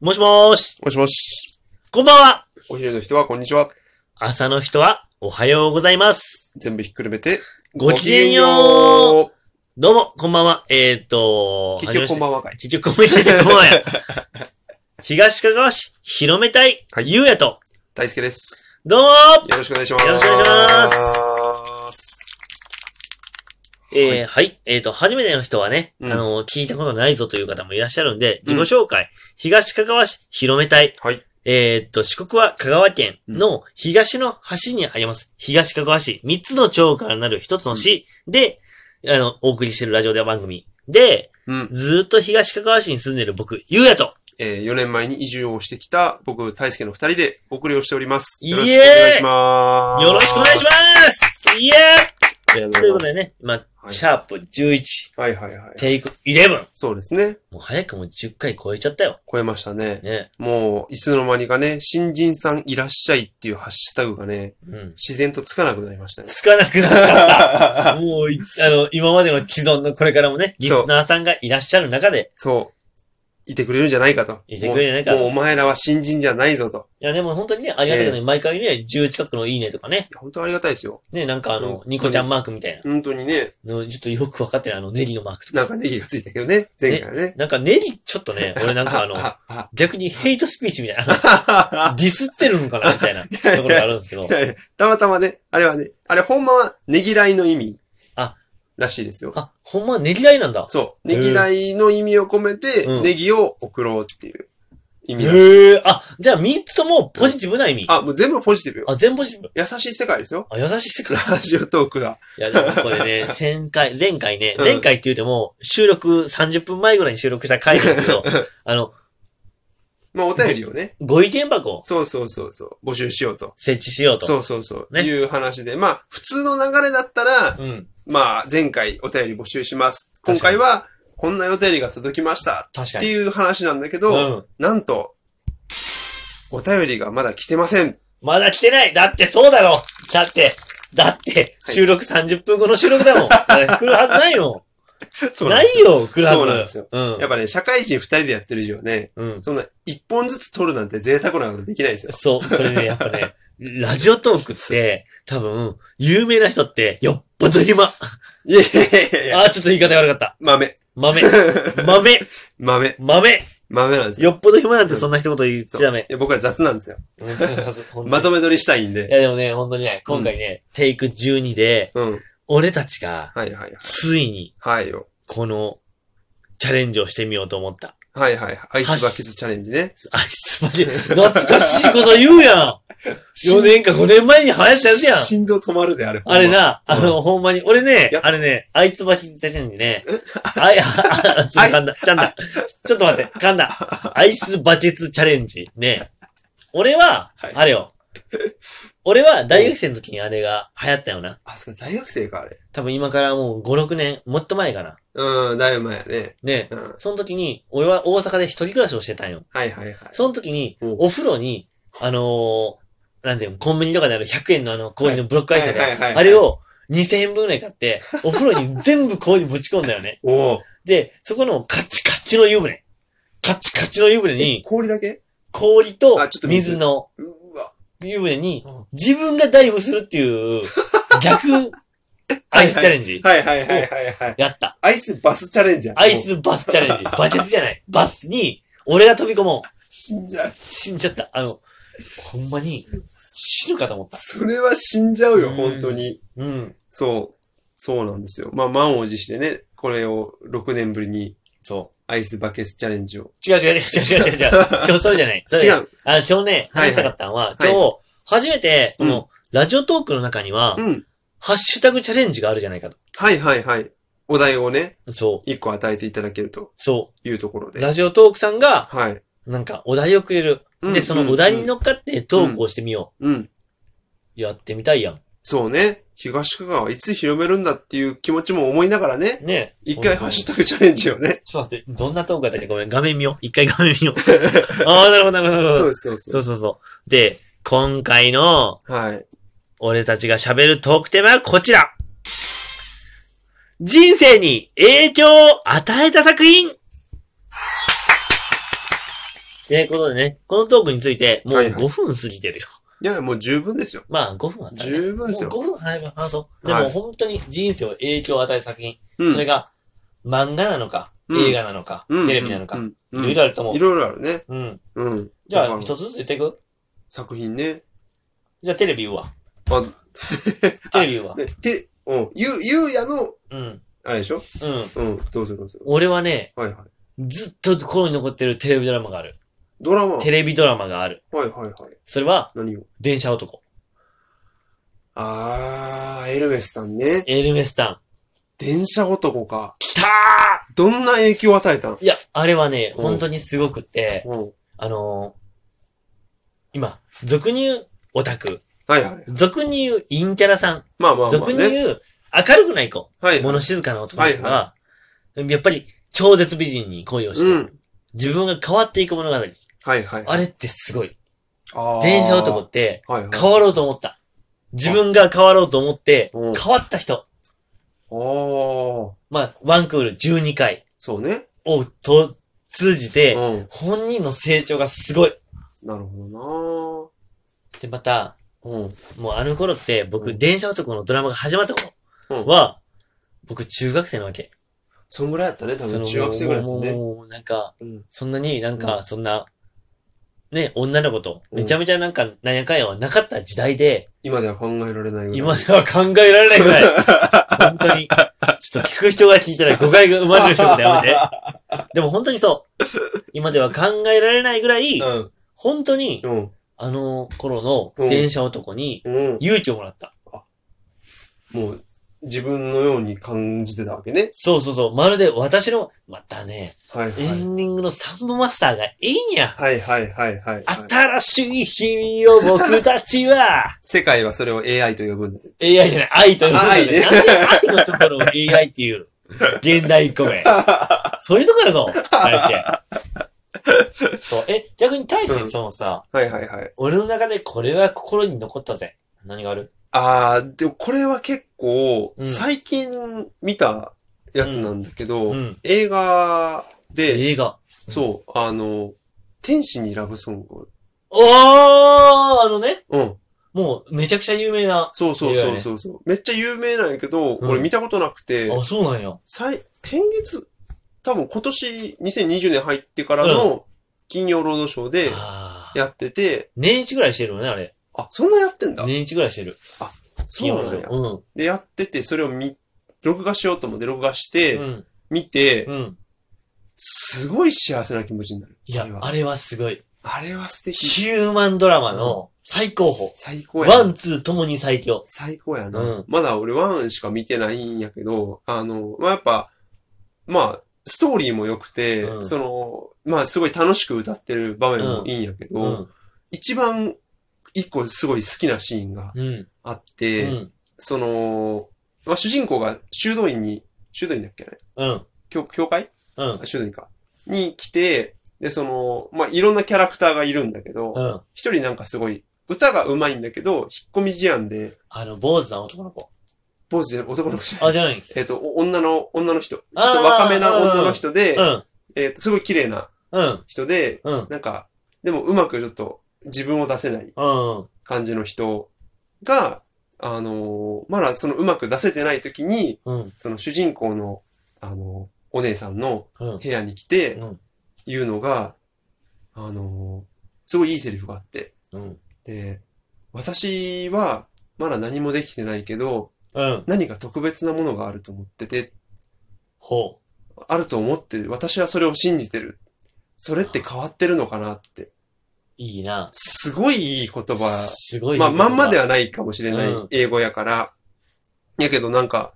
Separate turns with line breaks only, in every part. もしもーし、
もしもし。
こんばんは。
お昼の人は、こんにちは。
朝の人はおはようございます。
全部ひっくるめて。
ごきげんよう。どうも、こんばんは。えーっと、
結局こんばんはかい。
結局こんばんは。結局こんば んはや。東かがわ市広めたい、
はい
ゆうやと。
大輔です。
どうも
よろしくお願いします。
よろしくお願いし
ます。
ーえー、はい。えーっと、初めての人はね、
うん
あの、聞いたことないぞという方もいらっしゃるんで、自己紹介。東かがわ市広めたい。
はい。
えーっと、四国は香川県の東の端にあります。東香川市。三つの町からなる一つの市で、あの、お送りしてるラジオでは番組。で、
うん。
ずーっと東香川市に住んでる僕、ゆうやと。
えー、4年前に移住をしてきた、僕、大輔の二人でお送りをしております。
イエーイ
よろしくお願いします。
よろしくお願いしますイエ
す。ありが
ーイ
と
といううこ
ご
と
ざい
で
ます。
ね、今、
はい
シャープ11、
はいはいはい。
テイク11。
そうですね。
もう早くも10回超えちゃったよ。
超えましたね。
ね。
もう、いつの間にかね、新人さんいらっしゃいっていうハッシュタグがね、
うん。
自然とつかなくなりま したね。
つかなくなっちゃった。もうい、あの、今までの既存のこれからもね、リスナーさんがいらっしゃる中で、
そう。いてくれるんじゃないかと。
いてくれるんじゃないか
もうもうお前らは新人じゃないぞと。
いや、でも本当にね、ありがたいことに、毎回ね、10近くのいいねとかね、
いや本当ありがたいですよ。
ね、なんかあの、
うん
ニコちゃんマークみたい
本当にね、
なの、ちょっとよくわかってない、あの、ネギのマークと
な
か。
んかネギがついたけどね、前回はね。
なんかネギ、ちょっと ね、俺なんかあの、
の、
逆にヘイトスピーチみたいな、ディスってるのかなみたいなところがあるんですけど、
たまたまね、あれはね、あれほんまはネギらいの意味。
あ
らしいですよ。
あ、ほんまネギライなんだ。
そう。ネギらいの意味を込めて
うん、
ネギを送ろうっていう意味だ。
へえ、あ、じゃあ3つともポジティブな意味。
あ、もう全部ポジティブよ。
あ、全ポジティブ。
優しい世界ですよ。
あ、優しい世界。
ラジオトークだ。
いや、でもこれ ね、前回、前回ね、
うん
前回って言うても、収録30分前ぐらいに収録した回なんです けど、あの、
まあお便りを ね、
ご意見箱を
そうそうそうそう、募集しようと。
設置しようと。
そうそうそう、
ね
いう話で。まあ、普通の流れだったら、
うん。
まあ、前回お便り募集します。今
確かに
回は、こんなお便りが届きました。
確か
っ
に
て。いう話なんだけど、
うん
なんと、お便りがまだ来てません。
まだ来てないだってそうだろだって、だって、
はい
収録30分後の収録 だもん。だから来るはずないよ。
そ
なんいよ、来るはず。
そうなんですよ
うん
やっぱね、社会人二人でやってる以上ね、
うん。
そんな一本ずつ取るなんて贅沢なことできないですよ。
そう、これね、やっぱね、ラジオトークって、多分、有名な人って、よっぽど暇。あ
いやいやいやいや
あー、ちょっと言い方悪かった。
豆。
豆。豆。
豆。
豆。
豆なんですよ。
よっぽど暇なんてそんな一言言っちゃダメ
い。や僕は雑なんですよ。
うんほん
ま
と
とめ取りしたい
に
ん
い
で。
やでもね、本当にね、今回ね、テイク12で、
うん。
俺たちが、
はいはいはい。
ついに、
はいよ。
この、チャレンジをしてみようと思った。
はいはい。アイスバケツチャレンジね。
あいつまで、懐かしいこと言うやん !4 年か5年前に流行ったやつやん
心臓止まるで、あれ。
あれな、あの、ほんまに、俺ね
いや、
あれね、あいつばきチャレンジね、あい、あ、あちょっと噛んだ、ちゃんだ、ちょっと待って、噛んだ、アイスバケツチャレンジ、ね。俺は
はい、
あれよ。俺は大学生の時にあれが流行ったよな。
あ、そうか、大学生か、あれ。
多分今からもう5、6年、もっと前かな。
うん、だいぶ前やね。
ね。
うん。はい
その時に、俺は大阪で一人暮らしをしてたんよ。
はいはい。
その時に、
うん
お風呂に、あのーなんていうの、コンビニとかである100円のあの氷のブロックアイスで、
はいはいはいはい
あれを2000円分ぐらい買って、お風呂に全部氷ぶち込んだよね。
おお。
で、そこのカチカチの湯船。カチカチの湯船に、
氷だけ
氷と
あちょっと水
水の
うわ。
湯船に
うん、
自分がダイブするっていう、逆アイスチャレンジ。
はいはいはいはいはい。
やった。
アイスバスチャレンジャー。
アイスバスチャレンジ。バケツじゃない。バスに、俺が飛び込もう。
死んじゃう。
死んじゃった。あの、ほんまに、死ぬかと思った。
それは死んじゃうよ、
うん
本当に。
うん。
そう。そうなんですよ。まあ、満を持してね、これを6年ぶりに
そう。
アイスバケツチャレンジを。
違う違う違う違う違う違う。 今日それじゃない。それ
違う。
あの、今日ね、
はいはい
話したかったのは、
はい
今日、初めて、こ
う
の、ラジオトークの中には、
うん。
ハッシュタグチャレンジがあるじゃないかと。
はいはいはい。お題をね、
そう。
1個与えていただけると
そ
いうところ
う。
で。
ラジオトークさんが、
はい。
なんか、お題をくれる。
うん
で、そのお題に乗っかってトークをしてみよ
うん。
う。やってみたいやん。
そうね。東香川いつ広めるんだっていう気持ちも思いながらね、
ね
一回ハッシュ
ュ
タグチャレンジをね。
ちょっと待って、どんなトークだったっけごめん、画面見 よう。一回画面見よう。ああ、なるほど、なるほど、なるほ
そう
ど。
です、そうです。
そうそうそう。で、今回の、
はい。
俺たちが喋るトークテーマはこちら。人生に影響を与えた作品ということでね、このトークについて、もう
はいはい
5分過ぎてるよ。
いや、もう十分ですよ。
まあ、5分は、ね、
十分ですよ。
もう5分あれば話そう。で
は
も
い
本当に人生を影響を与える作品。
うん
それが、漫画なのか、
うん
映画なのか、
うん
テレビなのか、
う
い
んうん
ろいろあると思う
い。ろいろあるね。
うん。
うん。
じゃ
わ
あ、
かる
一つずつ言っていく
作品ね。
じゃあ、テレビ言うわ。
あ、
テレビ言うわ。
でて、うん。ゆ、ゆうやの、
うん。うん。
あれでしょうん。どうぞどうぞ。
俺はね、
はいはい。
ずっと心に残ってるテレビドラマがある。
ドラマ。は
テ
い
レビドラマがある。
はいはい。
それは、
何を
電車男。
あー、エルメスさんね。
エルメスタン。
電車男か。
来た
どんな影響を与えたん
ーいや、あれはね、
うん
本当にすごくって、
うん。
あのー今、俗に言うオタク、
はいはい。
俗に言うインキャラさん、
まあまあま
俗
あ
に
ね。
言う明るくない子、
はい。
物静かな男の子が
は、
やっぱり超絶美人に恋をして、
うん。
自分が変わっていく物語。
はいはい。
あれってすごい。
あー
電車男って
はいはい。
変わろうと思った。自分が変わろうと思って、変
うん
わった人。
おー。
まあ、ワンクール12回
そうね。
をと通じて、
うん。
本人の成長がすごい。
なるほ
で、また、
どなうん。
もうあの頃って僕、
うん
電車男のドラマが始まった頃は、僕中学生なわけ。
そんぐらいやったね、多分中学生ぐらいだ
も
っ
う、
たね。
もうもうなんか、
うん。
そんなになん
う
か、そんな、ね、女の子と、
うん
めちゃめちゃなんか、なんやかんやはなかった時代で、
今では考えられないぐらい。
今では考えられないぐらい、本当に、ちょっと聞く人が聞いたら誤解が生まれる人でやめて。でも本当にそう。今では考えられないぐらい、
うん。
本当に、
うん。
あの頃の電車男に
うん。
勇気をもらった。
もう、自分のように感じてたわけね。
そうそうそう。まるで私の、またね、
はいはい。
エンディングのサンボマスターがいいんや。
はいはいはいはい、はい。
新しい日々を僕たちは、
世界はそれを AI と呼ぶんです。
AI じゃない、愛ということ
愛
で。
ね
なんで愛のところを AI っていうの現代1個 目。そういうとこだぞ、大して。 そう、え、逆に大して
うん
そのさ、
はいはいはい。
俺の中でこれは心に残ったぜ。何がある
あー、でもこれは結構、
うん
最近見たやつなんだけど、
うん。
映画で、
映画。
そう、あの、天使にラブソングを。
おーあのね、
うん。
もうめちゃくちゃ有名な。
そうそうそうそうそう、めっちゃ有名なんやけど、
うん
俺見たことなくて、
あ、そうなんや。
最、先月、多分今年2020年入ってからの金曜ロードショーで
あー
やってて、
年一ぐらいしてるよね、あれ。
あ、そんなやってんだ。
年一ぐらいしてる。
そうなんや。
うん。
で、やってて、それを見、録画しようと思って録画して、
うん。
見て、
うん。
すごい幸せな気持ちになる。
いや
あれ、は
あれはすごい。
あれは素敵。
ヒューマンドラマの最高峰。
最高や
ワ
な。
ン、ツーともに最強。
最高やな、
うん
まだ俺ワンしか見てないんやけど、あの、まあ、やっぱ、まあ、ストーリーも良くて、
うん
その、まあ、すごい楽しく歌ってる場面もいいんやけど、
うん。
一番一個すごい好きなシーンが
うん。
あっ
う
て、
ん。
その、まあ、主人公が修道院に、修道院だっけね
うん。
教教会
うん。
あ修道院か。に来て、で、その、まあ、いろんなキャラクターがいるんだけど、
うん。
一人なんかすごい、歌が上手いんだけど、引っ込み思案で、
あの、坊主な男の子。
坊主で男の子じゃない。
あ、じゃない。
えっ、と、お女の、女の人。ち
あー
ょっと若めな女の人で
う、ん。
えっ、と、すごい綺麗な
うん。
人で、
うん。
なんか、でもうまくちょっと自分を出せない
うん。
感じの人が、あのーまだそのうまく出せてない時に、
うん。
その主人公の、あのーお姉さんの
うん。
部屋に来て、
うん。
言うのが、あのーすごいいいセリフがあって、
うん。
で、私はまだ何もできてないけど、
うん。
何か特別なものがあると思ってて、
ほ
あると思ってる。私はそれを信じてる。それって変わってるのかなって。
う。いいな。
すごいいい言葉。
すごい。
まあ、まんまで
は。
はないかもしれない
うん
英語やから。やけどなんか、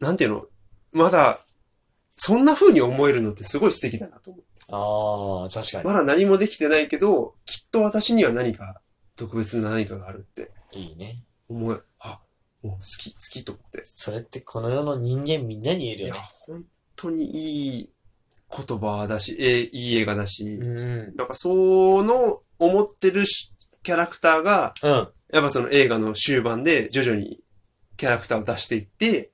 なんていうのまだ、そんな風に思えるのってすごい素敵だなと思う
ああ、確
ま
か
だ何もできてないけど、きっと私には何か、特別な何かがあるって
に。いいね。
思え、あ、もう好き、好きと思って。
それってこの世の人間みんなに言え
い
る
や、
よね。
本当にいい言葉だし、えいい映画だし、
うん。
なんかその思ってるしキャラクターが、
うん。
やっぱその映画の終盤で徐々にキャラクターを出していって、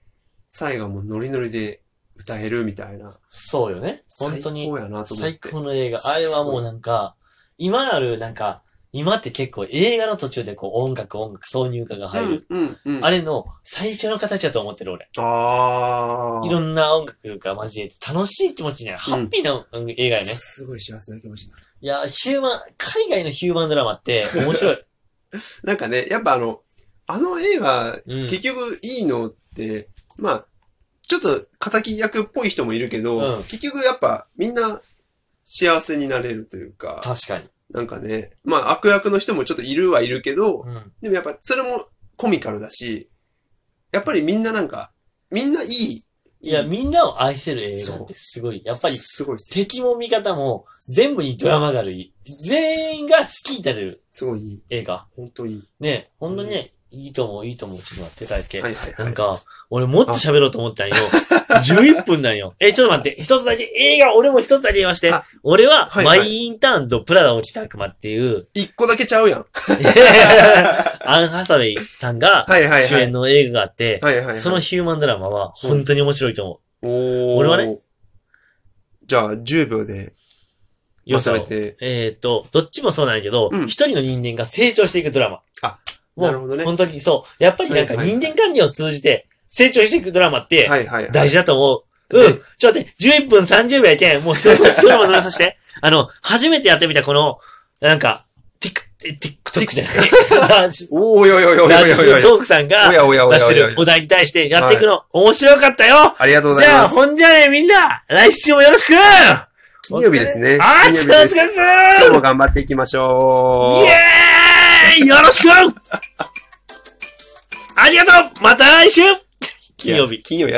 最後はもうノリノリで歌えるみたいな。
そうよね。本当
最
に
高やなと思っ
最
て。
高の映画。あれはもうなんか、今あるなんか、今って結構映画の途中でこう音楽音楽挿入歌が入る。
うん、うん、うん。
あ
れ
れの最初の形だと思ってる俺。
あー
いろんな音楽が交えて楽しい気持ちになる。ハッピーなうん映画よね。
すごい幸せな気持ちになる。
いや、ヒューマン、海外のヒューマンドラマって面白い。
なんかね、やっぱあの、あの映画、
うん
結局いいのって、まあ、ちょっと敵役っぽい人もいるけど、
うん
結局やっぱみんな幸せになれるというか、
確かに。
なんかね、まあ悪役の人もちょっといるはいるけど、
うん。
でもやっぱそれもコミカルだし、やっぱりみんななんか、みんないい。
いや、
い
みんなを愛せる映画ってすごい。やっぱり
すごいっす。
敵も味方も全部にドラマがある。全員が好きになれる
すごいいい。
映画。
本当にい
ね、本当にね、いいと思う、いいと思う。ちょっと待って、大
い。
輔。
はいはいはい。
なんか、俺もっと喋ろうと思ったんよ。11分なんよ。 え、ちょっと待って、一つだけ、映画、俺も一つだけ言いまして
あ。
俺は、
はい
マ
はい
イインターンとプラダを着た悪魔って いう、
一個だけちゃうやん。
アン・ハサウェイさんが
はいはいはい。
主演の映画があって、
はいはいはい。
そのヒューマンドラマは本当に面白いと思う。
おー
俺はね。
じゃあ、10秒で
良
まと
さを
めて。
えっ、と、どっちもそうなんやけど、一、
うん
人の人間が成長していくドラマ。
あ、
もう
なるほどね
本当にそう。やっぱりなんか
はいはい
人間関係を通じて成長していくドラマって
はいはいはい。
大事だと思う。
はい
うん。ちょっと待って、11分30秒やけん。もう一つ、一つもそれさせて。あの、初めてやってみたこの、なんか、ティック、ティックトックじゃ ない。ラジ
おーおいおいおいおいお
ラ
い
ジ
おいお
オ
い。
トークさんが
おやおやお
出
や
し
お
て
や
るお題に対してやっていくの面白かったよ
ありがとうご
じ
ざい
ゃあ、
ます。
ほんじゃね、みんな来週もよろしくあ
金曜日ですね。
ー
金
つ
曜
お疲れ
日です。
さ
今日
ん
も頑張っていきましょう。
イエーイよろし くありがとうまた来週金曜日。
金曜やっ